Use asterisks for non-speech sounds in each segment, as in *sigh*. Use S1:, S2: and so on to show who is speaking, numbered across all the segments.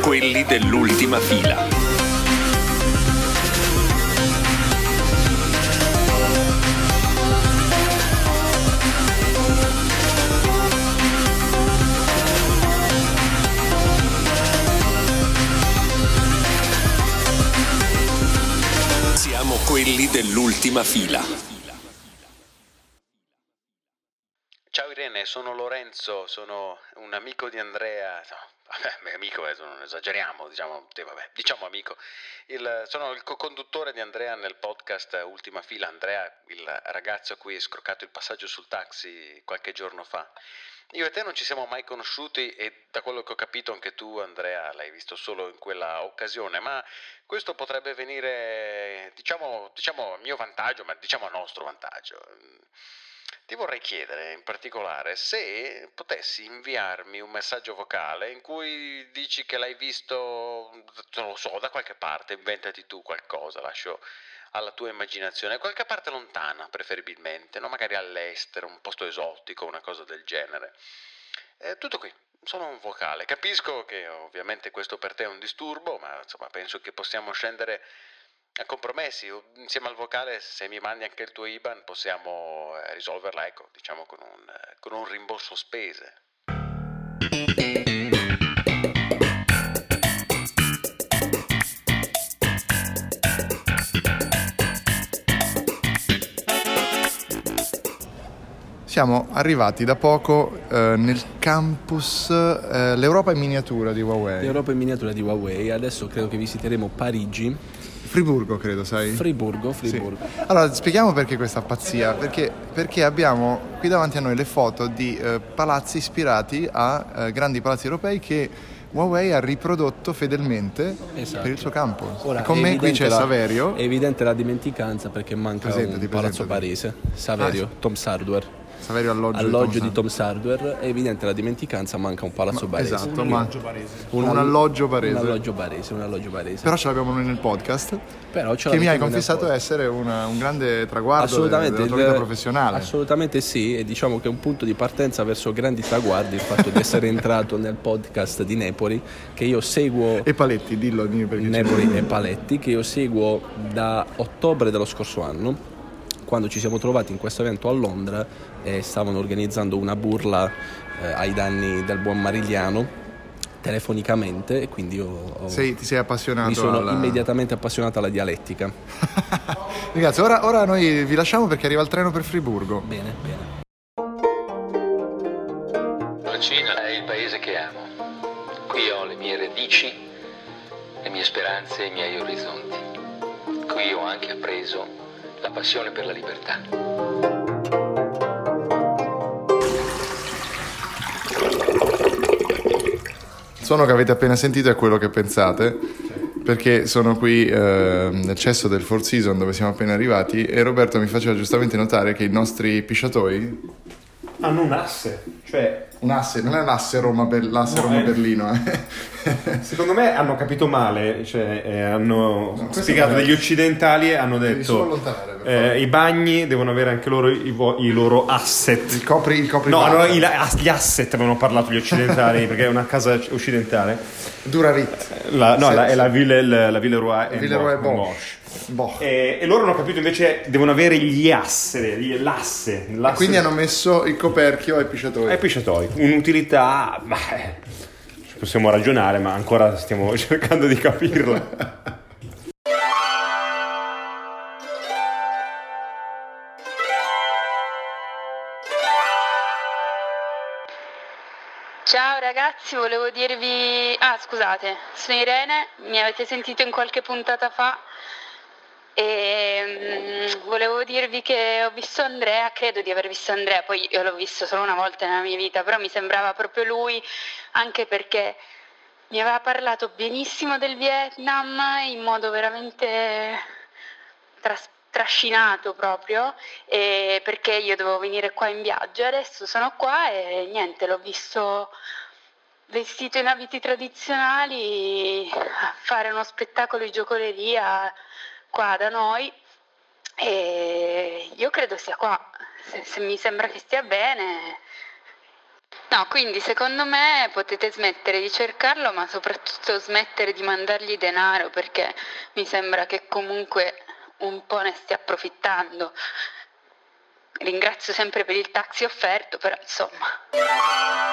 S1: quelli dell'ultima fila. Siamo quelli dell'ultima fila.
S2: Ciao Irene, sono Lorenzo, sono un amico di Andrea. no, vabbè, *laughs* beh, amico, adesso non esageriamo, diciamo, sì, vabbè, diciamo amico. Il- sono il co-conduttore di Andrea nel podcast Ultima Fila. Andrea, il ragazzo a cui è scroccato il passaggio sul taxi qualche giorno fa. Io e te non ci siamo mai conosciuti e da quello che ho capito anche tu, Andrea, l'hai visto solo in quella occasione, ma questo potrebbe venire, diciamo, diciamo a mio vantaggio, ma diciamo a nostro vantaggio. Ti vorrei chiedere in particolare se potessi inviarmi un messaggio vocale in cui dici che l'hai visto, non lo so, da qualche parte, inventati tu qualcosa, lascio alla tua immaginazione, qualche parte lontana preferibilmente, no? magari all'estero, un posto esotico, una cosa del genere. Eh, tutto qui, sono un vocale. Capisco che ovviamente questo per te è un disturbo, ma insomma penso che possiamo scendere a Eh, compromessi. Insieme al vocale, se mi mandi anche il tuo IBAN, possiamo eh, risolverla, ecco, diciamo con un, eh, con un rimborso spese.
S3: Siamo arrivati da poco eh, nel campus eh, L'Europa in miniatura di Huawei.
S4: L'Europa in miniatura di Huawei, adesso credo che visiteremo Parigi,
S3: Friburgo, credo, sai?
S4: Friburgo,
S3: Sì.
S4: Friburgo.
S3: Allora, spieghiamo perché questa pazzia. Perché, perché abbiamo qui davanti a noi le foto di eh, palazzi ispirati a eh, grandi palazzi europei che Huawei ha riprodotto fedelmente
S4: Esatto.
S3: per il suo campo.
S4: Ora,
S3: E con
S4: è
S3: me qui
S4: evidente
S3: c'è
S4: la-
S3: Saverio.
S4: È evidente la dimenticanza perché manca
S3: Presentati,
S4: un palazzo
S3: presentati.
S4: parese, Saverio,
S3: Ah,
S4: Tom's Hardware.
S3: Saverio alloggio,
S4: Alloggio di
S3: Tom
S4: Tom's Hardware, è evidente la dimenticanza, manca un palazzo barese.
S3: Esatto, ma un, alloggio barese.
S4: Un alloggio barese, un alloggio barese.
S3: Però ce l'abbiamo noi nel podcast.
S4: Però ce
S3: che mi
S4: l'avete
S3: hai
S4: come
S3: confessato
S4: una-
S3: essere una- un grande traguardo
S4: Assolutamente,
S3: della tua vita
S4: il-
S3: professionale.
S4: Assolutamente sì, e diciamo che è un punto di partenza verso grandi traguardi il fatto di
S3: *laughs*
S4: essere entrato nel podcast di Nepoli, che io seguo
S3: E Paletti, dillo dimmi perché ci-
S4: Nepoli e Paletti, che io seguo da ottobre dello scorso anno, quando ci siamo trovati in questo evento a Londra e stavano organizzando una burla eh, ai danni del buon Marigliano telefonicamente e quindi io ho-
S3: Sei- ti sei appassionato
S4: mi sono
S3: alla-
S4: immediatamente appassionato alla dialettica.
S3: Ragazzi, ora, ora noi vi lasciamo perché arriva il treno per Friburgo.
S4: Bene, bene.
S2: La Cina è il paese che amo. Qui ho le mie radici, le mie speranze e i miei orizzonti. Qui ho anche appreso la passione per la libertà.
S3: Il suono che avete appena sentito è quello che pensate, perché sono qui eh, nel cesso del Four Season dove siamo appena arrivati e Roberto mi faceva giustamente notare che i nostri pisciatoi,
S5: hanno un asse. Cioè,
S3: un asse, non è l'asse Roma, Ber- l'asse
S5: No,
S3: Roma
S5: eh.
S3: Berlino, eh.
S5: secondo me hanno capito male, cioè, eh, hanno
S3: questo
S5: spiegato
S3: è-
S5: degli occidentali e hanno
S3: Devi solo
S5: detto
S3: allontanare, per
S5: eh,
S3: favore.
S5: i bagni devono avere anche loro i, vo- i loro
S3: il
S5: asset.
S3: copri, il copri
S5: No,
S3: barca.
S5: no, i la- as- gli asset avevano parlato gli
S3: *laughs*
S5: occidentali perché è una casa occidentale. Eh,
S3: Durarit,
S5: La- no,
S3: Sì,
S5: la- è
S3: sì.
S5: la Ville, eh, la, la Ville Roy e
S3: Villeroy
S5: Bosch-
S3: Bosch. Bosch.
S5: Eh, E, e loro hanno capito invece devono avere gli asse, gli- l'asse. l'asse-
S3: Quindi hanno messo il coperchio ai pisciatori.
S5: È pisciatoi, un'utilità, ma eh, ci possiamo ragionare, ma ancora stiamo *laughs* cercando di capirla.
S6: Ciao ragazzi, volevo dirvi... Ah, scusate, sono Irene, mi avete sentito in qualche puntata fa e mm, volevo dirvi che ho visto Andrea, credo di aver visto Andrea, poi io l'ho visto solo una volta nella mia vita, però mi sembrava proprio lui, anche perché mi aveva parlato benissimo del Vietnam in modo veramente tras- trascinato proprio e perché io dovevo venire qua in viaggio e adesso sono qua e niente, l'ho visto vestito in abiti tradizionali a fare uno spettacolo di giocoleria qua da noi e io credo sia qua, se, se mi sembra che stia bene No, quindi secondo me potete smettere di cercarlo, ma soprattutto smettere di mandargli denaro perché mi sembra che comunque un po' ne stia approfittando. Ringrazio sempre per il taxi offerto, però insomma.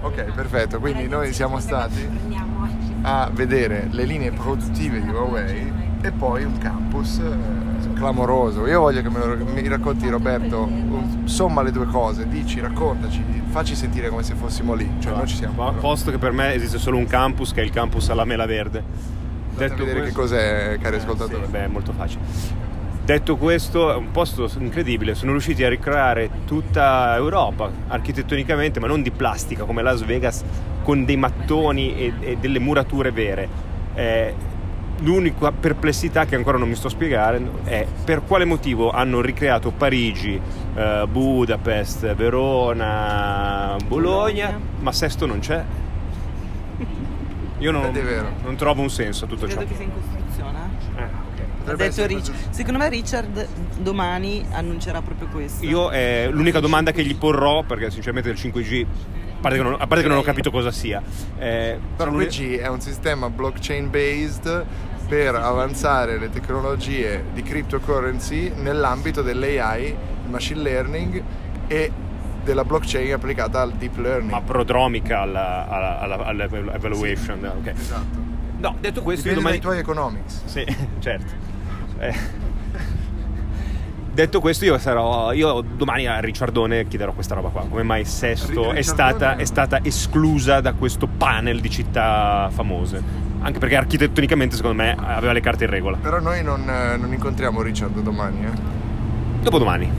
S3: Ok, perfetto, quindi noi siamo stati a vedere le linee produttive di Huawei e poi un campus eh, clamoroso. Io voglio che me lo, mi racconti Roberto, un- somma le due cose, dici, raccontaci, facci sentire come se fossimo lì, cioè noi ci siamo.
S5: Po-
S3: però.
S5: Posto che per me esiste solo un campus, che è il campus alla mela verde.
S3: Andate a vedere che cos'è, cari
S5: Eh,
S3: ascoltatori.
S5: sì, beh, è molto facile. Detto questo, è un posto incredibile. Sono riusciti a ricreare tutta Europa architettonicamente, ma non di plastica come Las Vegas, con dei mattoni e, e delle murature vere. Eh, l'unica perplessità che ancora non mi sto a spiegare è per quale motivo hanno ricreato Parigi, eh, Budapest, Verona, Bologna, ma Sesto non c'è. Io non,
S3: Ed è vero.
S5: non trovo un senso a tutto ciò.
S7: Credo che sia in costruzione. eh.
S5: Eh, ok.
S7: Ha
S3: Potrebbe
S7: detto
S3: essere
S7: Rich-
S3: questo.
S7: Secondo me Richard domani annuncerà proprio questo.
S5: Io è l'unica domanda che gli porrò, perché sinceramente del 5G, a parte che non, a parte che non ho capito cosa sia. eh,
S3: Però
S5: sono-
S3: 5G è un sistema blockchain based per avanzare le tecnologie di cryptocurrency nell'ambito dell'AI, il machine learning e della blockchain applicata al deep
S5: ma
S3: learning.
S5: prodromica alla, alla- alla- all'evaluation. ok.
S3: Esatto.
S5: No, detto questo, io domani...
S3: Dipende dai tuoi economics.
S5: Sì, *laughs* certo. Eh, Detto questo, io sarò. Io domani a Ricciardone chiederò questa roba qua. Come mai Sesto
S3: Ri-
S5: è stata,
S3: Ricciardone?
S5: è stata esclusa da questo panel di città famose? Anche perché architettonicamente, secondo me, aveva le carte in regola.
S3: Però noi non, eh, non incontriamo Richard domani, eh.
S5: Dopodomani.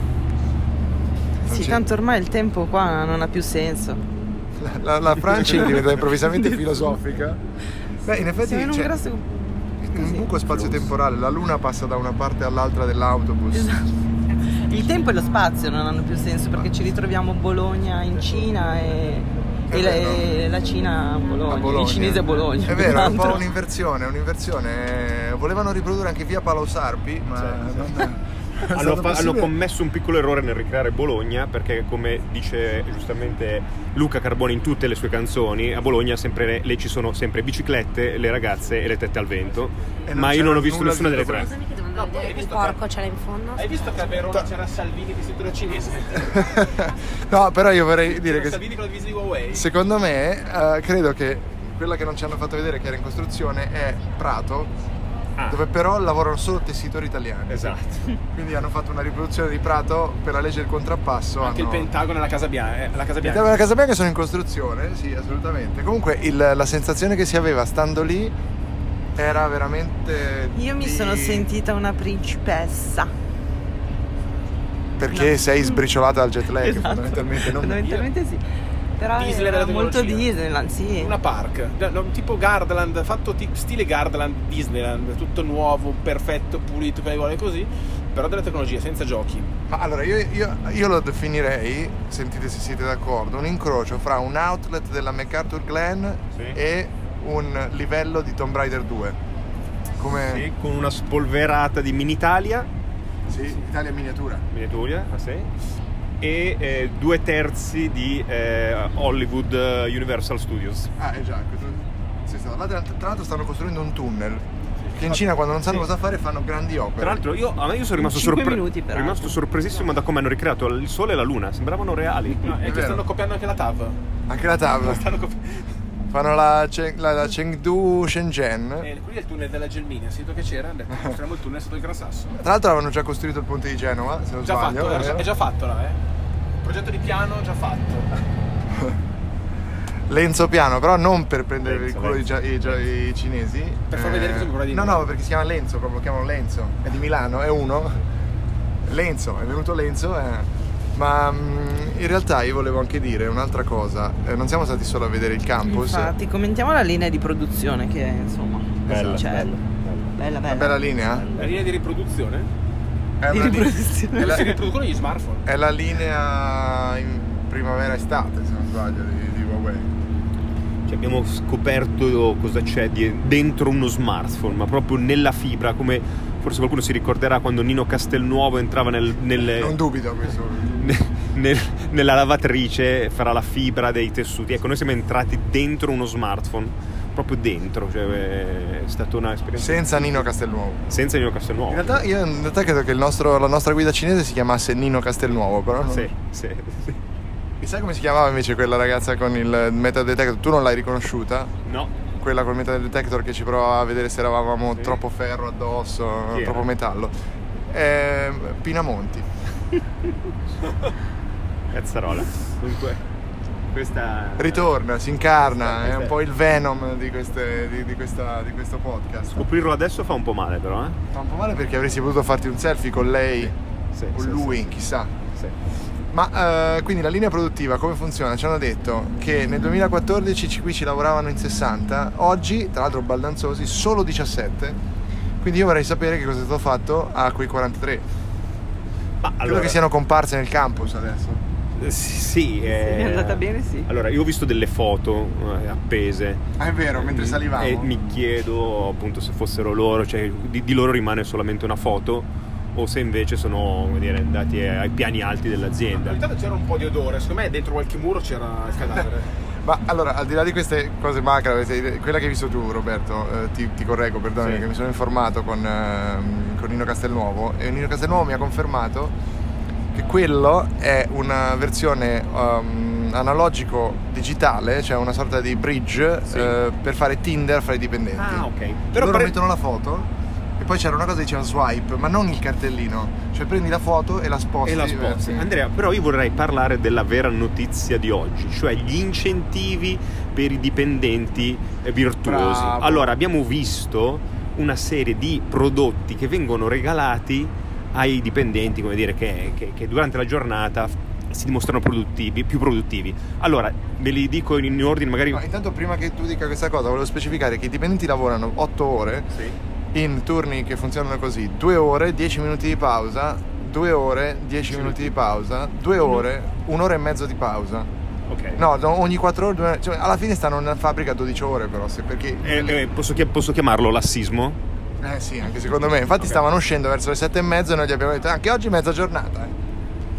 S3: Non
S7: Sì,
S3: c'è-
S7: tanto ormai il tempo qua non ha più senso.
S3: La, la Francia è diventata improvvisamente filosofica. Beh, in effetti
S7: Siamo in un
S3: c'è
S7: grosso...
S3: un buco spazio-temporale, la luna passa da una parte all'altra dell'autobus.
S7: Esatto. Il tempo e lo spazio non hanno più senso perché ci ritroviamo a Bologna in Cina e,
S3: È
S7: e la,
S3: vero.
S7: e la Cina a Bologna,
S3: A Bologna.
S7: il cinese a Bologna.
S3: È vero, è un
S7: peraltro.
S3: po' un'inversione, è un'inversione. Volevano riprodurre anche via Paolo Sarpi, ma non *laughs* è
S5: hanno,
S3: stato
S5: fa- hanno
S3: possibile.
S5: commesso un piccolo errore nel ricreare Bologna perché come dice giustamente Luca Carboni in tutte le sue canzoni a Bologna sempre, le ci sono sempre biciclette le ragazze e le tette al vento
S3: E non
S5: ma io non
S3: c'era
S5: ho visto
S3: nulla
S5: nessuna
S3: di
S5: delle tre
S3: tutto
S8: che devo andare a vedere il porco c'era in fondo?
S9: Hai visto che a Verona c'era Salvini vestito da
S3: *laughs*
S9: cinese?
S3: No, però io vorrei dire
S9: C'era
S3: che
S9: Salvini con la divisa di Huawei.
S3: Secondo me, eh, credo che quella che non ci hanno fatto vedere che era in costruzione è Prato,
S5: Ah.
S3: dove però lavorano solo tessitori italiani.
S5: esatto
S3: Quindi hanno fatto una riproduzione di Prato per la legge del contrappasso.
S9: Anche il
S3: hanno...
S9: Pentagono e la Casa Bianca. eh, La Casa
S3: Il
S9: Bianca.
S3: tema della Casa Bianca sono in costruzione, sì, assolutamente. Comunque il- la sensazione che si aveva stando lì era veramente.
S7: Io mi
S3: di-
S7: sono sentita una principessa.
S3: Perché
S7: No.
S3: sei sbriciolata al jet lag,
S7: Esatto.
S3: fondamentalmente. non-
S7: Fondamentalmente sì. Però
S9: Disneyland
S7: era
S9: della
S7: molto
S9: tecnologia.
S7: Disneyland, sì.
S9: Una park, no, no, tipo Gardaland, fatto ti- stile Gardaland, Disneyland, tutto nuovo, perfetto, pulito, come vuole così, però della tecnologia, senza giochi.
S3: Ma allora io, io- io lo definirei, sentite se siete d'accordo, un incrocio fra un outlet della MacArthur Glen
S5: Sì.
S3: e un livello di Tomb Raider 2.
S5: Sì,
S3: Come
S5: con una spolverata di Minitalia
S3: sì. Italia miniatura.
S5: Minitalia ah, sì, e eh, due terzi di eh, Hollywood eh, Universal Studios
S3: Ah, eh già, questo- sì, sta- là tra, tra l'altro stanno costruendo un tunnel. Che in Cina quando non sanno
S5: Sì.
S3: cosa fare fanno grandi opere.
S5: Tra l'altro io, a me io sono rimasto,
S7: Cinque
S5: sorpre-
S7: minuti, peraltro.
S5: rimasto sorpresissimo da come hanno ricreato il sole e la luna, sembravano reali.
S9: No, è,
S3: *laughs* È
S9: che
S3: vero.
S9: stanno copiando anche la TAV.
S3: Anche la tavola.
S9: Stanno copi-
S3: Fanno la, Cheng- la- la Chengdu Shenzhen.
S9: eh, quelli del tunnel della Gelmina, sentito che c'era, hanno detto costruiamo il tunnel sotto il Gran Sasso.
S3: Tra l'altro avevano già costruito il ponte di Genova, se non
S9: Già
S3: sbaglio.
S9: fatto, eh,
S3: vero?
S9: è già fatto là, eh. Progetto di piano già fatto.
S3: Lenzo Piano, però non per prendere
S5: Lenzo,
S3: il culo i, gia- i gia- i cinesi.
S9: Per far vedere che sono bravi di
S3: No,
S9: noi.
S3: no, perché si chiama Lenzo, proprio lo chiamano Lenzo. È di Milano, è uno. Lenzo, è venuto Lenzo. eh. Ma mm, in realtà io volevo anche dire un'altra cosa. Eh, non siamo stati solo a vedere il campus.
S7: Infatti, commentiamo la linea di produzione che insomma
S5: Bella,
S7: cioè,
S5: bella,
S7: bella, bella.
S3: Una bella linea?
S9: La linea di riproduzione?
S3: È,
S7: Di
S3: una linea-
S7: riproduzione.
S3: è,
S9: Dove
S3: la,
S9: si riproducono gli smartphone.
S3: è la linea in primavera-estate, se non sbaglio, di, di Huawei.
S5: Cioè, abbiamo scoperto cosa c'è di- dentro uno smartphone, ma proprio nella fibra, come Forse qualcuno si ricorderà quando Nino Castelnuovo entrava nel- nelle-
S3: Non dubito questo.
S5: nel- nella lavatrice fra la fibra dei tessuti. Ecco, noi siamo entrati dentro uno smartphone, proprio dentro. Cioè, è stata un'esperienza
S3: Senza Nino Castelnuovo.
S5: senza Nino Castelnuovo.
S3: In realtà, io in realtà credo che il nostro- la nostra guida cinese si chiamasse Nino Castelnuovo, però. non-
S5: Sì, sì, sì.
S3: E sai come si chiamava invece quella ragazza con il metal detector? Tu non l'hai riconosciuta?
S5: No,
S3: Quella col metal detector che ci provava a vedere se eravamo troppo ferro addosso,
S5: Chi era?
S3: troppo metallo. Ehm, Pinamonti.
S5: *laughs* cazzarola. Dunque, questa...
S3: Ritorna, si incarna, è
S5: Questa-
S3: un po' il venom di, queste- di- di questa- di questo podcast.
S5: Coprirlo adesso fa un po' male però, eh?
S3: Fa un po' male perché avresti potuto farti un selfie con lei
S5: Sì,
S3: o
S5: sì,
S3: lui,
S5: sì,
S3: chissà.
S5: sì.
S3: Ma eh, quindi la linea produttiva come funziona? Ci hanno detto che nel 2014 ci- qui ci lavoravano in 60, oggi tra l'altro baldanzosi solo 17. Quindi io vorrei sapere che cosa è stato fatto a quei 43.
S5: Ma
S3: Credo
S5: allora,
S3: che siano comparse nel campus adesso.
S5: eh, Sì, eh,
S7: è andata bene, sì.
S5: Allora, io ho visto delle foto eh, appese
S3: Ah, è vero, mentre
S5: Mm,
S3: salivamo.
S5: E mi chiedo appunto se fossero loro, cioè di, di loro rimane solamente una foto o se invece sono come dire, andati ai piani alti dell'azienda.
S9: Ogni tanto c'era un po' di odore, secondo me dentro qualche muro c'era il cadavere.
S3: Ma allora, al di là di queste cose macabre, se- quella che hai visto tu, Roberto, eh, ti, ti correggo, perdonami,
S5: Sì.
S3: che mi sono informato con, ehm, con Nino Castelnuovo e Nino Castelnuovo mi ha confermato che quello è una versione ehm, analogico digitale, cioè una sorta di bridge
S5: Sì.
S3: eh, per fare Tinder fra i dipendenti.
S5: Ah, ok.
S3: Però
S5: Però
S3: Loro
S5: pare-
S3: mettono la foto e poi c'era una cosa che diceva swipe, ma non il cartellino, cioè prendi la foto e la sposti.
S5: E la sposti.
S3: Eh, sì.
S5: Andrea, però io vorrei parlare della vera notizia di oggi, cioè gli incentivi per i dipendenti eh, virtuosi.
S3: Bravo.
S5: Allora, abbiamo visto una serie di prodotti che vengono regalati ai dipendenti, come dire, che, che- che durante la giornata si dimostrano produttivi, più produttivi. Allora, ve li dico in, in ordine, magari...
S3: No, intanto prima che tu dica questa cosa volevo specificare che i dipendenti lavorano 8 ore
S5: Sì.
S3: in turni che funzionano così 2 ore, 10 minuti di pausa 2 ore, 10 minuti di pausa 2 ore, un'ora e mezzo di pausa
S5: Ok.
S3: no, no, ogni 4 ore, due- cioè, alla fine stanno nella fabbrica 12 ore però se perché
S5: Eh, eh, posso, chia- posso chiamarlo lassismo?
S3: eh sì, anche secondo me infatti
S5: Ok.
S3: stavano uscendo verso le 7 e mezzo e noi gli abbiamo detto anche oggi mezza giornata eh.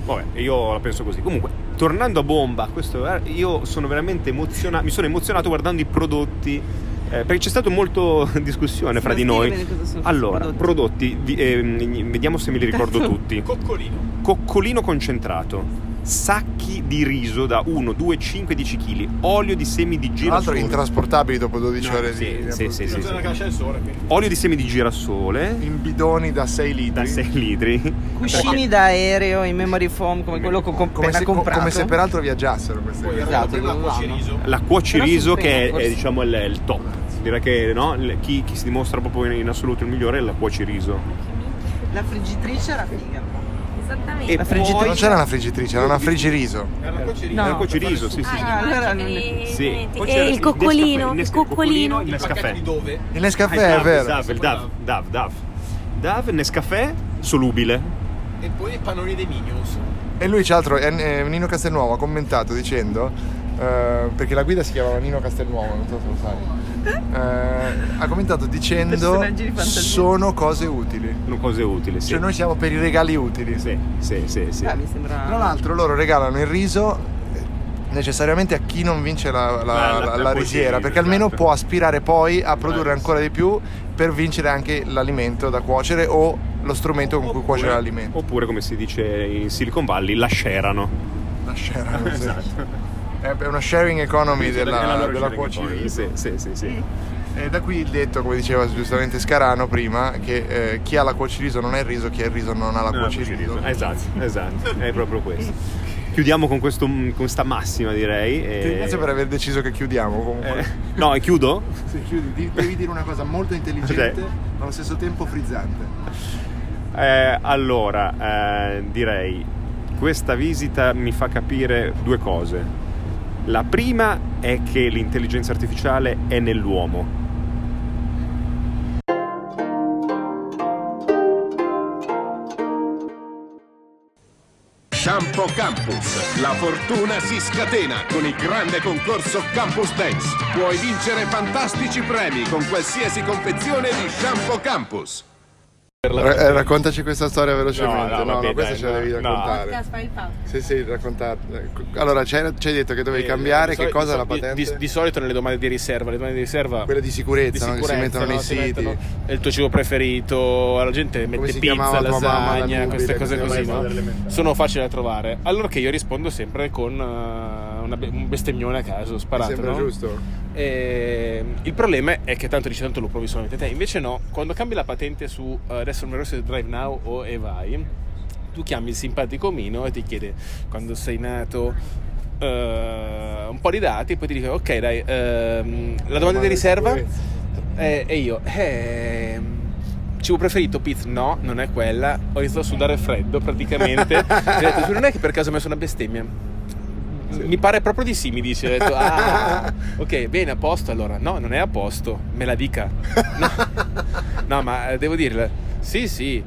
S5: Vabbè, io la penso così. Comunque, tornando a bomba, questo, eh, io sono veramente emozionato. Mi sono emozionato guardando i prodotti. eh, perché c'è stata molto *laughs* discussione fra
S7: Ma
S5: di
S7: spiega
S5: noi.
S7: bene cosa sono questi
S5: Allora,
S7: prodotti.
S5: prodotti, vi- ehm, vediamo se me li ricordo tutti.
S9: Coccolino.
S5: Coccolino concentrato, sacchi di riso da 1, 2, 5, 10 kg, olio di semi di
S3: tra l'altro
S5: girasole.
S3: intrasportabili dopo 12
S5: No,
S3: ore
S5: sì,
S3: di,
S5: sì,
S3: di
S5: sì,
S9: Sì,
S5: sì,
S9: sì,
S5: sì.
S9: che lascia il sole, quindi.
S5: Olio di semi di girasole
S3: in bidoni da 6 litri
S5: da 6 litri.
S7: Cuscini da aereo in memory foam come quello che ho com-
S3: come
S7: appena
S3: se, co-
S7: comprato.
S3: come se peraltro viaggiassero queste
S9: Poi
S3: cose.
S9: era
S7: Esatto,
S9: prima
S7: dove
S9: cuoci
S7: vanno?
S9: riso.
S5: La cuociriso
S7: Però sul
S5: che è,
S7: primo, forse.
S5: è, diciamo il, il top. Direi che no, il- chi, chi si dimostra proprio in assoluto il migliore è la cuociriso.
S7: La friggitrice era figa.
S8: Esattamente.
S5: E
S7: La friggitrice-
S5: poi-
S3: Non c'era una friggitrice, era una frigiriso.
S9: Era la cuoci riso.
S7: No.
S5: Era il cuociriso, sì, sì. sì.
S7: Ah, allora non
S8: è...
S5: Sì. Poi c'era
S8: E il coccolino, il
S5: Nescafè,
S8: coccolino.
S5: il
S9: Il
S5: Nescafè.
S9: pacchetto di dove?
S3: Il
S5: Ah,
S3: Nescafè, è
S5: Dove,
S3: vero.
S5: Dove, il Dove, Dove, Dove. Dove, Nescafè, solubile.
S9: E poi i panoni dei Minions.
S3: E lui, tra l'altro, eh, eh, Nino Castelnuovo ha commentato dicendo. eh, perché la guida si chiamava Nino Castelnuovo, non so se lo sai. Eh, ha commentato dicendo:
S7: Personaggi di fantasia.
S3: Sono cose utili.
S5: Sono cose utili, sì.
S3: Cioè, noi siamo per i regali utili.
S5: Sì, sì, sì, sì.
S7: Ah, mi sembra.
S3: Tra l'altro, loro regalano il riso eh, necessariamente a chi non vince la, la-
S5: Ah, la- la
S3: la- la risiera,
S5: cuociriso,
S3: perché almeno
S5: esatto. Eh,
S3: può aspirare poi a produrre
S5: Bravissimo.
S3: ancora di più per vincere anche l'alimento da cuocere o lo strumento con cui cuocere l'alimento.
S5: Oppure, come si dice in Silicon Valley, la scerano.
S3: Una sharing, sì.
S5: Esatto.
S3: È è una sharing economy della,
S5: loro
S3: della
S5: sharing
S3: cuoceria.
S5: economy, Sì, sì, sì, sì.
S3: E da qui il detto, come diceva giustamente Scarano prima, che eh, chi ha la cuociriso non è il riso, chi ha il riso non ha la
S5: No, no,
S3: cuociriso.
S5: cuociriso. Esatto,
S3: *laughs*
S5: esatto. È proprio questo. Chiudiamo con, questo, con questa massima, direi.
S3: Ti ringrazio per aver deciso che chiudiamo comunque.
S5: Eh, no, e chiudo?
S3: Se chiudi, di- devi dire una cosa molto intelligente,
S5: Ok.
S3: ma allo stesso tempo frizzante.
S5: Eh, allora, eh, direi, questa visita mi fa capire due cose. La prima è che l'intelligenza artificiale è nell'uomo.
S10: Shampoo Campus. La fortuna si scatena con il grande concorso Campus Dance. Puoi vincere fantastici premi con qualsiasi confezione di Shampoo Campus.
S3: Ra- eh, raccontaci questa storia velocemente.
S5: No,
S3: No,
S5: no,
S3: no,
S5: vabbè,
S3: questa
S5: dai,
S3: ce la devi
S5: no.
S3: raccontare.
S8: fai il fatto.
S3: Sì, sì, raccontare. Allora, c'hai, c'hai detto che dovevi
S9: Eh,
S3: cambiare
S9: di
S3: che
S9: soli-
S3: cosa la
S9: di-
S3: patente?
S9: Di, di solito nelle domande di riserva, le domande di riserva
S3: Quelle di sicurezza,
S9: di
S3: no? che si
S9: sicurezza,
S3: mettono
S9: no?
S3: nei
S9: Ti
S3: siti.
S9: mettono il tuo cibo preferito, la gente mette
S3: si
S9: pizza,
S3: chiamava tua mamma, la
S9: lasagna,
S3: nubile,
S9: queste cose
S3: queste
S9: così,
S3: cose
S9: no?
S3: elementari.
S9: sono facili da trovare. Allora che io rispondo sempre con eh, una be- un bestemmione a caso,
S3: Mi
S9: sparato,
S3: sembra
S9: no?
S3: giusto.
S9: E Ehm, il problema è che tanto dici tanto lo provi solamente te, invece no, quando cambi la patente su eh, adesso non mi ricordo se Drive Now o Evai, tu chiami il simpatico Mino e ti chiede quando sei nato eh, un po' di dati, poi ti dice ok dai, ehm, la domanda di
S3: di
S9: riserva
S3: sicurezza.
S9: Eh, e io ehm, cibo preferito pizza? No, non è quella. Ho iniziato a sudare freddo *laughs* praticamente. Ho detto, non è che per caso ho messo una bestemmia? Mi pare proprio di sì, mi dice. Ho detto, *laughs* ah, ok, bene, a posto allora. No, non è a posto, me la *laughs* dica. No, no, ma eh, devo dirle. Sì, sì.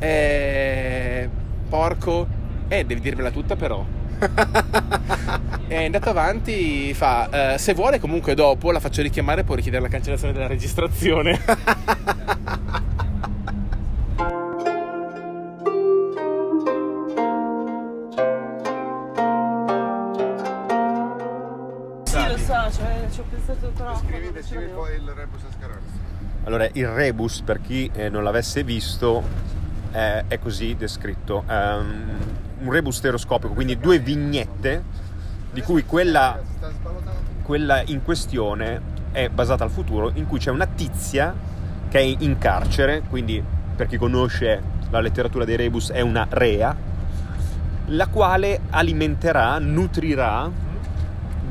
S9: Eh, porco. Eh, devi dirmela tutta *laughs* però. È andato avanti, fa, eh, se vuole comunque dopo la faccio richiamare, può richiedere la cancellazione della registrazione.
S7: Sì, lo so, cioè, ci ho pensato troppo. non ce l'avevo.
S3: il rebus ascaronis.
S5: Allora, il rebus, per chi eh, non l'avesse visto, eh, è così descritto. Ehm, un rebus stereoscopico, quindi due vignette, di cui quella, quella in questione è basata al futuro, in cui c'è una tizia che è in carcere, quindi per chi conosce la letteratura dei rebus è una rea, la quale alimenterà, nutrirà,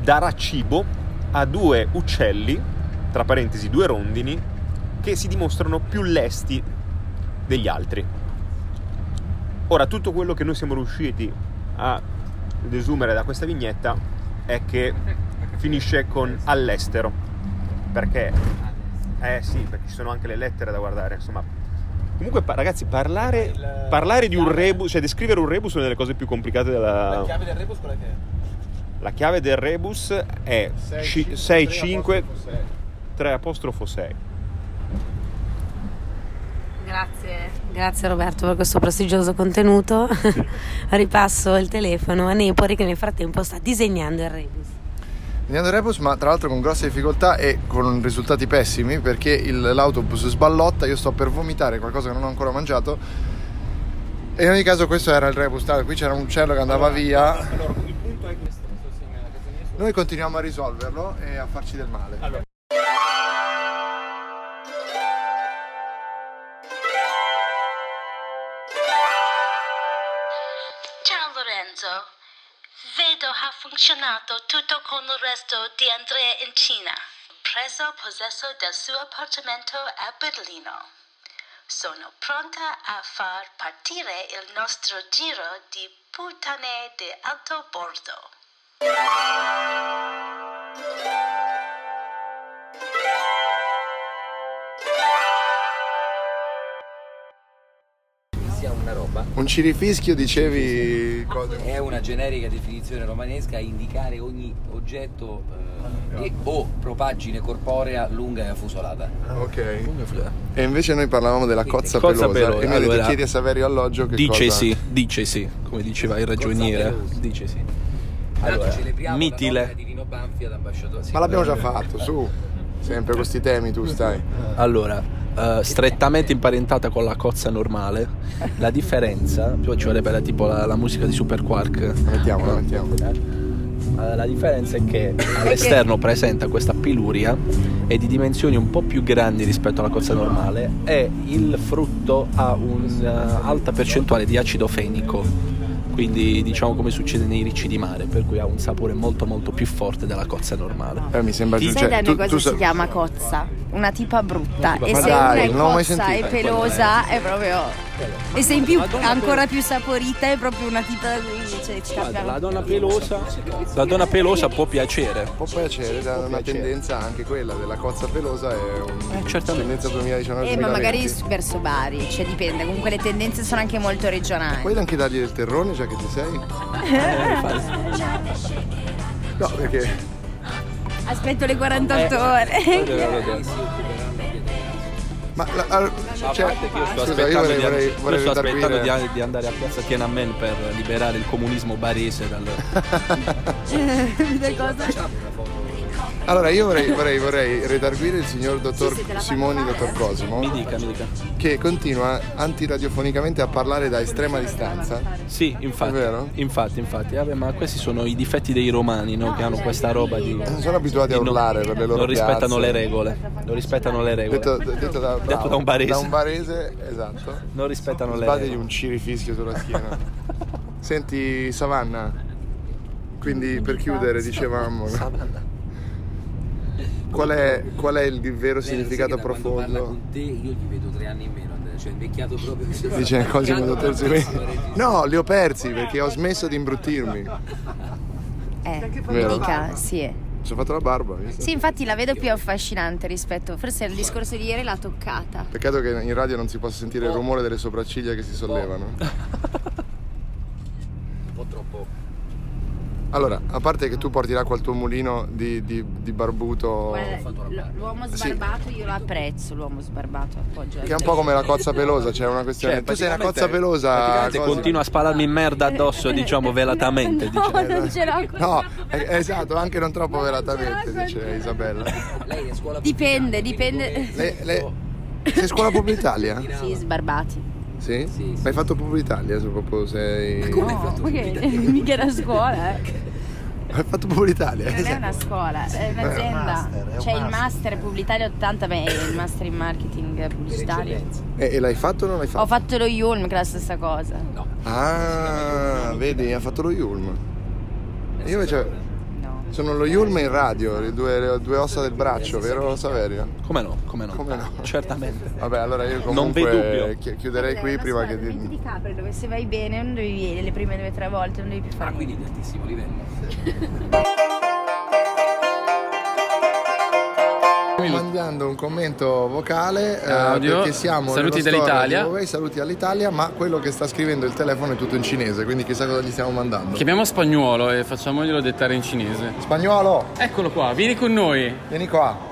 S5: darà cibo a due uccelli, tra parentesi due rondini, che si dimostrano più lesti degli altri. Ora, tutto quello che noi siamo riusciti a desumere da questa vignetta è che finisce con all'estero, perché eh sì, perché ci sono anche le lettere da guardare, insomma. Comunque, pa- ragazzi, parlare, parlare di un rebus, cioè descrivere un rebus è una delle cose più complicate della,
S9: del rebus quella che è?
S5: la chiave del rebus è 65 3 apostrofo 6.
S8: Grazie. Grazie Roberto per questo prestigioso contenuto. *laughs* Ripasso il telefono a Nepori che nel frattempo sta disegnando il rebus.
S3: Leonardo Rebus, ma tra l'altro con grosse difficoltà e con risultati pessimi perché il- l'autobus sballotta, io sto per vomitare qualcosa che non ho ancora mangiato. E in ogni caso questo era il Rebus, tra- qui c'era un uccello che andava via.
S9: Allora, il punto è questo.
S3: Noi continuiamo a risolverlo e a farci del male.
S11: Ciao Lorenzo, vedo ha funzionato tutto con il resto di Andrea in Cina. Preso possesso del suo appartamento a Berlino. Sono pronta a far partire il nostro giro di puttane di alto bordo.
S12: sia una roba.
S3: Un cirifischio dicevi cosa?
S12: È una generica definizione romanesca a indicare ogni oggetto eh, e- o propaggine corporea lunga e affusolata.
S3: Ok. E invece noi parlavamo della cozza,
S4: Cozza
S3: pelosa,
S4: pelosa,
S3: e mi avete
S4: allora.
S3: chiedi a Saverio Alloggio che
S4: Dice
S3: cosa-
S4: sì, dice sì, come diceva il ragioniere. Dice sì.
S12: Allora,
S4: Allora,
S12: celebriamo la
S4: mitile.
S12: nomina di Rino Banfi ad ambasciatore.
S3: Ma l'abbiamo già fatto, su. Sempre questi temi tu stai.
S4: Allora, eh, strettamente imparentata con la cozza normale, la differenza, poi ci vorrebbe la, tipo la, la musica di Super Quark. Eh,
S3: Mettiamo, la mettiamo.
S4: Allora, la differenza è che all'esterno presenta questa piluria è di dimensioni un po' più grandi rispetto alla cozza normale e il frutto ha un'alta percentuale di acido fenico, quindi diciamo come succede nei ricci di mare, per cui ha un sapore molto molto più forte della cozza normale.
S3: Eh, mi sembra giusto.
S13: Sai da
S3: Cioè,
S13: noi
S3: tu,
S13: cosa
S3: tu
S13: si
S3: sa-
S13: chiama cozza? Una tipa brutta.
S3: tipa
S13: e
S3: brutta.
S13: se
S3: Ma
S13: una
S3: dai,
S13: è
S3: non l'ho mai
S13: cozza
S3: sentita.
S13: e pelosa è proprio. E se in più ancora più saporita è proprio una tipa da cui cioè, Eh, ci
S4: Guarda,
S13: cambiamo.
S4: la donna pelosa, la donna pelosa può piacere.
S3: Può piacere, da una tendenza anche quella della cozza pelosa è un-
S4: Eh, certamente.
S3: tendenza 2019
S13: Eh, ma magari s- verso Bari, cioè dipende. Comunque le tendenze sono anche molto
S4: *laughs*
S13: regionali.
S3: Puoi anche dargli del terrone già che ci sei?
S4: Eh,
S3: No, perché
S4: Eh, *laughs*
S13: Aspetto le 48 ore.
S3: Ma la- al- Ma Cioè, a parte che io
S4: sto
S3: scusa,
S4: aspettando,
S3: io vorrei-
S4: di,
S3: vorrei-
S4: io
S3: vorrei
S4: sto
S3: redarguire-
S4: aspettando di, a- di andare a piazza Tiananmen per liberare il comunismo barese dal...
S13: *laughs* Dai cosa?
S3: Allora, io vorrei, vorrei, vorrei redarguire il signor dottor Simoni, dottor Cosimo. Mi
S4: dica, mi dica.
S3: Che continua antiradiofonicamente a parlare da estrema distanza.
S4: Sì, infatti. Infatti, infatti. Vabbè, ma questi sono i difetti dei romani, no? Che hanno questa roba di... Non
S3: sono abituati a urlare per le loro
S4: Non rispettano
S3: piazze.
S4: le regole. Non rispettano le regole.
S3: Detto, detto da, bravo,
S4: da un barese.
S3: Da un barese, esatto.
S4: Non rispettano le
S3: Sbadigli
S4: regole.
S3: un cirifischio
S4: *laughs*
S3: sulla schiena. Senti, Savanna. Quindi, per chiudere, dicevamo. Qual è, qual è il vero significato profondo?
S12: Te, io gli vedo tre anni in meno, Andrea, cioè invecchiato proprio. Cioè,
S3: Dice Cosimo dottor
S12: *laughs* Invecchiato
S3: Simoni.
S12: proprio.
S3: No, li ho persi perché ho smesso di imbruttirmi.
S13: Eh,
S3: Vero.
S13: mica, sì. eh.
S3: Mi sono fatto la barba. hai visto?
S13: Sì, infatti la vedo più affascinante rispetto. Forse il discorso di ieri l'ha toccata.
S3: Peccato che in radio non si possa sentire il rumore delle sopracciglia che si sollevano.
S12: Un po' troppo.
S3: Allora, a parte che tu porti l'acqua al tuo mulino di, di- di barbuto,
S13: Guarda, l- l'uomo
S3: Sì.
S13: sbarbato io lo apprezzo, l'uomo sbarbato appoggio.
S3: che è un po' come la
S13: Esatto.
S3: cozza pelosa, c'è una questione. tu sei una cozza pelosa.
S4: Cioè, praticamente
S3: cosa-
S4: continua a spararmi merda addosso, diciamo, velatamente.
S13: *laughs* No,
S4: dice.
S13: non ce l'ho.
S3: No, eh, esatto, anche non troppo velatamente, dice Isabella.
S12: Lei è scuola
S13: Dipende, dipende.
S3: Le, le- Sei scuola Pubblica Italia?
S13: Sì, sbarbati.
S3: Sì? Ma hai fatto Pubblica Italia? Se proprio sei.
S13: No, perché *laughs* mica era scuola,
S12: *laughs*
S13: eh.
S3: Hai fatto Pubblica Italia?
S13: Non è una scuola, è un'azienda. C'è il master Publitalia 80, beh, è il master in marketing pubblicitario.
S3: E, e l'hai fatto o non l'hai
S13: Ho
S3: fatto?
S13: fatto lo Yulm, che è la stessa cosa.
S3: Ah, vedi, ha fatto lo Yulm. Io invece. Sono lo Yulm in radio, le due, le due ossa del braccio, vero Saverio?
S4: Come no, come no. Certamente.
S3: Vabbè, allora io
S4: Non
S3: comunque
S4: v'è dubbio.
S3: chi- chiuderei qui prima che di-
S13: Di capre, dove se vai bene non devi venire le prime due o tre volte, non devi più fare. Ah,
S12: quindi di altissimo livello.
S13: *laughs*
S3: Stiamo mandando un commento vocale eh,
S14: Audio.
S3: perché siamo
S14: Saluti
S3: nello store
S14: dall'Italia.
S3: di Huawei, saluti all'Italia, ma quello che sta scrivendo il telefono è tutto in cinese, quindi chissà cosa gli stiamo mandando.
S14: Chiamiamo Spagnuolo e facciamoglielo dettare in cinese.
S3: Spagnuolo!
S14: Eccolo qua, vieni con noi.
S3: Vieni qua.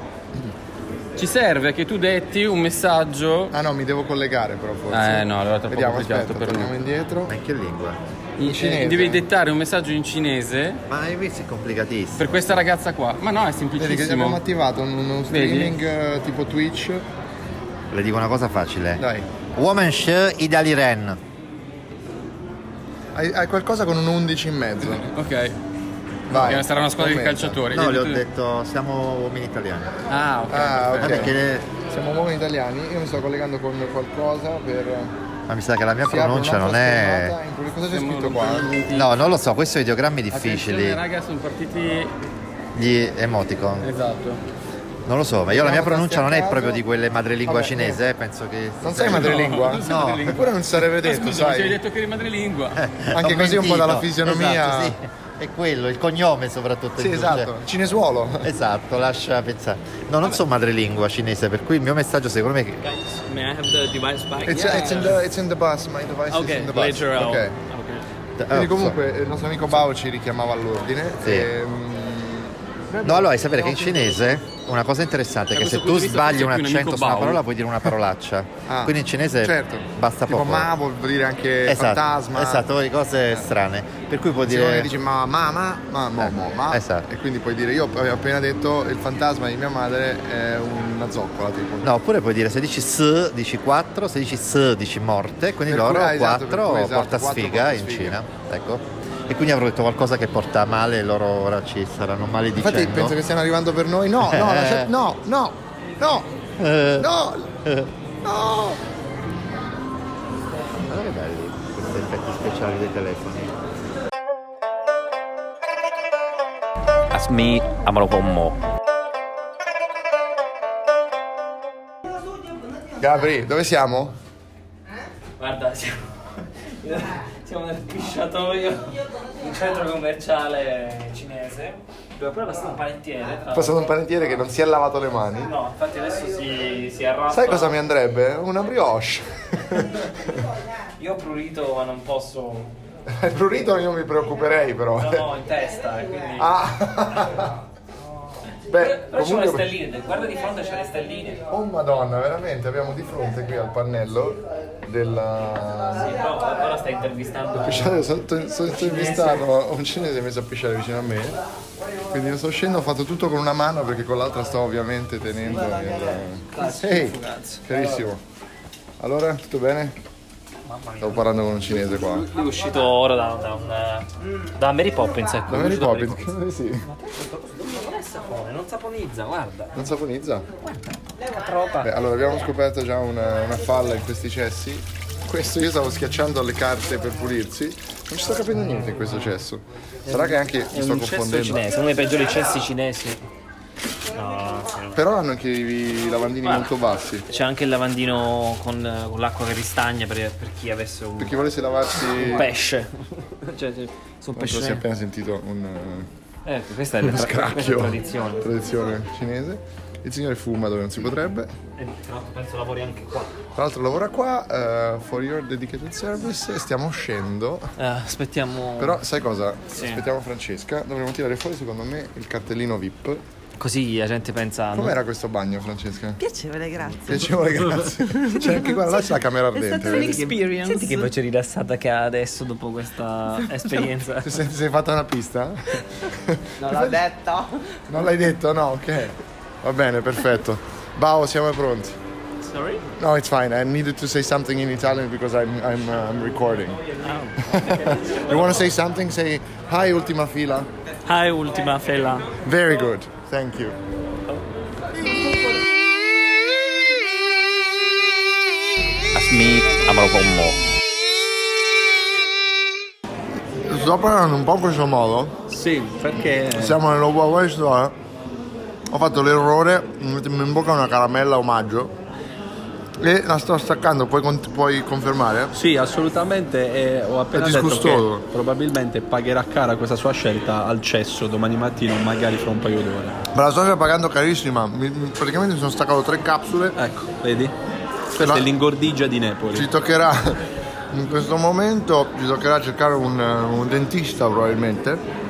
S14: Ci serve che tu detti un messaggio.
S3: Ah no, mi devo collegare però forse.
S14: Eh no, allora è troppo
S3: Vediamo,
S14: complicato
S3: aspetta,
S14: per
S3: torniamo
S14: noi.
S3: indietro. Ma in che lingua?
S14: Eh,
S3: In cinese.
S14: Devi dettare un messaggio in cinese. Ma invece è complicatissimo. Per questa ragazza qua. Ma no, è
S3: Vedi che
S14: semplicissimo.
S3: abbiamo attivato un- uno streaming eh, tipo Twitch.
S15: Le dico una cosa facile.
S3: Dai.
S15: Woman Show Idali Ren.
S3: Hai, hai qualcosa con un 11 in mezzo.
S14: *laughs* Ok.
S3: Vai.
S14: Che sarà una squadra di
S3: commenta.
S14: calciatori. No, Gli ho le ho detto-
S15: Detto, siamo uomini italiani.
S14: Ah, ok.
S3: Ah, ok.
S15: Ah, perché le-
S3: Siamo uomini italiani, io mi sto collegando con qualcosa per...
S15: Ma mi sa che la mia
S3: Si apre
S15: pronuncia non
S3: un'altra schermata,
S15: è.
S3: in cui- Cosa c'è scritto qua?
S15: No, non lo so, questi ideogrammi difficili.
S14: Attenzione, raga, sono partiti.
S15: Gli emoticon.
S14: Esatto.
S15: Non lo so, ma io la
S14: Siamo
S15: mia
S14: tasti a
S15: pronuncia non è
S14: caso.
S15: proprio di quelle madrelingua
S14: Vabbè,
S15: cinese, eh, penso che.
S3: Non sei madrelingua?
S15: *laughs* No,
S3: No, eppure non sarebbe
S14: Ma
S3: detto,
S14: Ah, scusa, non
S3: sai.
S14: ci avevi detto che eri madrelingua.
S4: Eh,
S3: Anche
S15: Ho
S3: così un po'
S15: mentito.
S3: dalla fisionomia.
S15: Esatto, sì. È quello, il cognome soprattutto.
S3: Sì, esatto, cinesuolo.
S15: Esatto, lascia pensare. No, non sono madrelingua cinese, per cui il mio messaggio secondo me è che
S16: May I have the device back?
S3: It's, uh, it's in the, it's in the bus, my device is in the bus.
S16: later I'll-
S3: Ok.
S15: Eh,
S3: Quindi
S15: oh,
S3: comunque il nostro amico Bao ci richiamava all'ordine.
S15: Sì.
S3: e, mm, noi
S15: No,
S3: abbiamo-
S15: allora, sapere che in cinese una cosa interessante è
S3: Da
S15: che se
S3: questo
S15: tu
S3: punto di vista
S15: sbagli un
S3: forse è più un
S15: accento
S3: amico
S15: su una
S3: Bau.
S15: parola puoi dire una parolaccia.
S3: *laughs* Ah,
S15: Quindi in cinese
S3: certo.
S15: basta
S3: tipo
S15: poco.
S3: ma vuol dire anche
S15: esatto,
S3: fantasma.
S15: Esatto, vuol dire cose strane. Per cui puoi
S3: Se uno
S15: dire
S3: dice ma ma ma ma mo,
S15: Eh,
S3: mo, ma
S15: esatto.
S3: e quindi puoi dire io avevo appena detto il fantasma di mia madre è una zoccola tipo.
S15: No, oppure puoi dire se dici s dici 4, se dici s dici morte, quindi
S3: Per cui-
S15: loro
S3: ah, esatto, per
S15: 4
S3: cui, esatto,
S15: porta
S3: quattro
S15: sfiga
S3: porta
S15: in
S3: sfiga.
S15: Cina, ecco. E quindi avrò detto qualcosa che porta a male e loro ora ci saranno male dicendo.
S3: Infatti penso che stiano arrivando per noi. No, no,
S15: Eh.
S3: lascia- no, no, no,
S15: Eh.
S3: no,
S15: Eh.
S3: no.
S15: Guarda che belli questi effetti speciali dei telefoni.
S17: Asmi Amalopomo.
S3: Gabri, dove siamo?
S16: Guarda, siamo, *laughs* siamo nel pisciatoio di un centro commerciale cinese dove poi è passato un panettiere. tra
S3: È passato un panettiere che non si è lavato le mani.
S16: No, infatti adesso si, si arrabba.
S3: Sai cosa mi andrebbe? Una brioche. *laughs*
S16: Io ho prurito ma non posso...
S3: Il prurito io mi preoccuperei però.
S16: No, no, in testa, e quindi...
S3: Ah. Beh,
S16: Però c'ho le
S3: comunque-
S16: stelline, guarda di fronte c'è le stelline.
S3: Oh madonna, veramente abbiamo di fronte qui al pannello
S16: Sì,
S3: della...
S16: però Paola sta intervistando.
S3: Pisciare, sto, sto intervistando un cinese messo a pisciare vicino a me. Quindi io sto scendo, ho fatto tutto con una mano perché con l'altra sto ovviamente tenendo. il- Ehi, carissimo. Allora, tutto bene? Stavo parlando con un cinese qua.
S16: Lui è uscito ora da, da un. da Mary Poppins, ecco.
S3: Da Mary Poppins, *laughs* sì.
S16: Non sapone, non saponizza, guarda.
S3: Non saponizza?
S16: Lei è una troppa.
S3: Beh, allora abbiamo scoperto già una, una falla in questi cessi. Questo io stavo schiacciando alle carte per pulirsi. Non ci sto capendo niente in questo cesso. Sarà che anche
S16: È
S3: mi sto
S16: un cesso cinese,
S3: confondendo.
S16: uno dei peggiori cessi cinesi. No, sì, no.
S3: Però hanno anche i lavandini
S16: Guarda.
S3: molto bassi.
S16: C'è anche il lavandino con, eh, con l'acqua che ristagna per, per chi avesse un.
S3: Per chi volesse lavarsi-
S16: Un pesce. *laughs* cioè, cioè, su un
S3: Tanto si è
S16: pesce.
S3: appena sentito un. eh,
S16: Ecco, questa è la
S3: uno
S16: tra-
S3: scracchio.
S16: questa è la tradizione.
S3: Tradizione cinese. Il signore fuma dove non si potrebbe.
S16: E Eh, tra l'altro penso lavori anche qua.
S3: Tra l'altro lavora qua, eh, for your dedicated service, stiamo uscendo.
S16: Eh, aspettiamo.
S3: Però sai cosa?
S16: Sì.
S3: Aspettiamo Francesca, dovremmo tirare fuori secondo me il cartellino VIP.
S16: Così la gente pensa.
S3: Com'era questo bagno Francesca?
S7: Piacevole, grazie.
S3: Piacevole, grazie. C'è anche guarda, là c'è la camera ardente. vedi?
S16: Senti che voce rilassata che ha adesso dopo questa esperienza.
S3: Ti sei, ti sei fatta una pista?
S7: Non l'ho detto.
S3: Non l'hai detto? No, ok. Va bene, perfetto. Bao, siamo pronti.
S16: Sorry?
S3: No, it's fine. I needed to say something in Italian because I'm, I'm, uh, I'm recording. *laughs* you want to say something? Say hi, Ultima Fila.
S16: Hi, Ultima Fila.
S3: Very good. Thank you.
S17: Asmi Amropommo.
S3: Sto parlando un po' in questo modo.
S17: Sì, perché...
S3: Siamo nello Huawei Store. Ho fatto l'errore di mettermi in bocca una caramella omaggio. E la sto staccando, puoi, con- puoi confermare?
S4: Sì, assolutamente. E ho appena
S3: È
S4: detto che
S3: disgustoso.
S4: probabilmente pagherà cara questa sua scelta al cesso domani mattina, o magari fra un paio d'ore.
S3: Ma la sto già pagando carissima. Mi- mi- praticamente mi sono staccato tre capsule.
S4: Ecco, vedi? Questa è l'ingordigia di Nepoli.
S3: Ci toccherà in questo momento ci toccherà cercare un, un dentista probabilmente.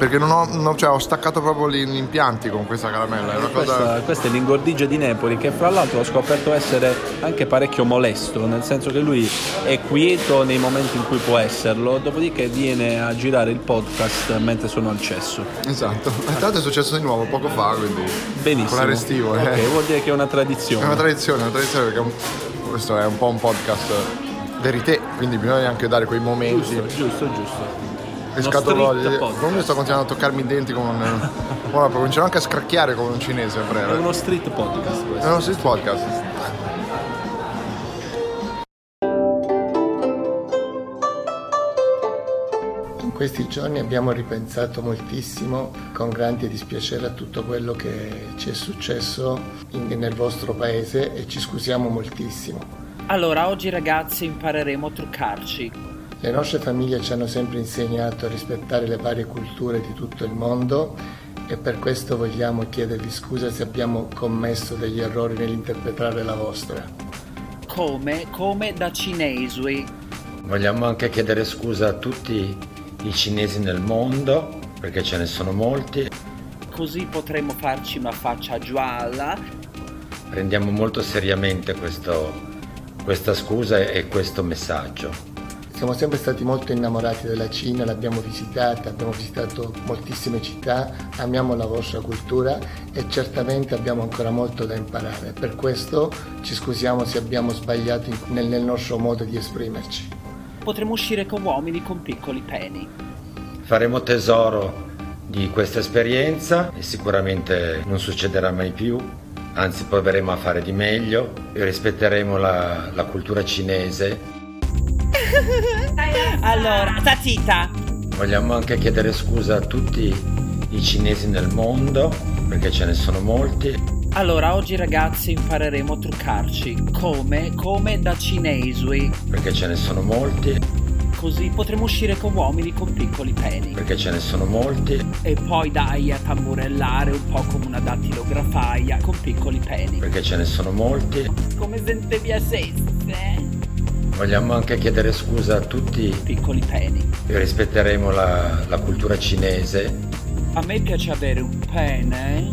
S3: Perché non ho, non- cioè, ho staccato proprio gli gli impianti con questa caramella. È una cosa.
S4: Questa, questa è l'ingordigia di Nepoli che fra l'altro ho scoperto essere anche parecchio molesto, nel senso che lui è quieto nei momenti in cui può esserlo, dopodiché viene a girare il podcast mentre sono al cesso.
S3: Esatto. E Tra l'altro è successo di nuovo poco fa, quindi.
S4: Benissimo.
S3: Con l'arestivo, eh.
S4: Ok, vuol dire che è una tradizione.
S3: È una tradizione, è una tradizione perché è un- questo è un po' un podcast verité, quindi bisogna anche dare quei momenti.
S4: Giusto, giusto, giusto.
S3: Le
S4: Uno
S3: scatologlie.
S4: street podcast.
S3: Comunque sto continuando a toccarmi i denti come un. Ora comincerò anche a scracchiare come un cinese a
S4: È
S3: breve.
S4: uno street podcast
S3: È
S4: questo.
S3: uno street podcast.
S18: In questi giorni abbiamo ripensato moltissimo con grande dispiacere a tutto quello che ci è successo in- nel vostro paese e ci scusiamo moltissimo.
S19: Allora, oggi ragazzi impareremo a truccarci.
S18: Le nostre famiglie ci hanno sempre insegnato a rispettare le varie culture di tutto il mondo e per questo vogliamo chiedervi scusa se abbiamo commesso degli errori nell'interpretare la vostra.
S19: Come? Come da cinesi.
S20: Vogliamo anche chiedere scusa a tutti i cinesi nel mondo, perché ce ne sono molti.
S19: Così potremo farci una faccia gialla.
S20: Prendiamo molto seriamente questo- questa scusa e questo messaggio.
S18: Siamo sempre stati molto innamorati della Cina, l'abbiamo visitata, abbiamo visitato moltissime città, amiamo la vostra cultura e certamente abbiamo ancora molto da imparare. Per questo ci scusiamo se abbiamo sbagliato in- nel, nel nostro modo di esprimerci.
S19: Potremo uscire con uomini con piccoli peni.
S20: Faremo tesoro di questa esperienza e sicuramente non succederà mai più, anzi proveremo a fare di meglio e rispetteremo la- la cultura cinese
S19: allora, tatita!
S20: Vogliamo anche chiedere scusa a tutti i cinesi nel mondo, perché ce ne sono molti.
S19: Allora, oggi ragazzi impareremo a truccarci. Come? Come da cinesi.
S20: Perché ce ne sono molti,
S19: Così potremo uscire con uomini con piccoli peni.
S20: perché ce ne sono molti,
S19: E poi dai a tamburellare un po' come una dattilografaia con piccoli peni.
S20: perché ce ne sono molti.
S19: Come sente mia sesse.
S20: Vogliamo anche chiedere scusa a tutti
S19: piccoli peni.
S20: E rispetteremo la, la cultura cinese
S19: A me piace avere un pene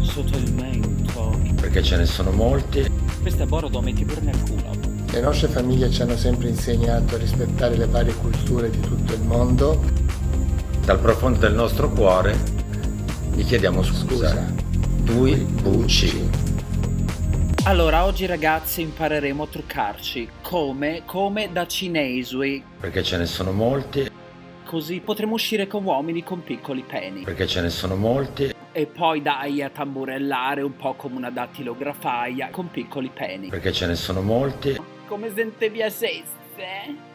S19: sotto il mento.
S20: perché ce ne sono molti.
S19: Questa è Borodo, metti pure nel culo.
S18: Le nostre famiglie ci hanno sempre insegnato a rispettare le varie culture di tutto il mondo.
S20: Dal profondo del nostro cuore gli chiediamo scusa. Dui buci.
S19: Allora, oggi ragazzi impareremo a truccarci. Come? Come da cinesi.
S20: Perché ce ne sono molti.
S19: Così potremo uscire con uomini con piccoli peni.
S20: Perché ce ne sono molti.
S19: E poi dai a tamburellare un po' come una dattilografaia con piccoli peni.
S20: Perché ce ne sono molti.
S19: Come sentevi a sesse?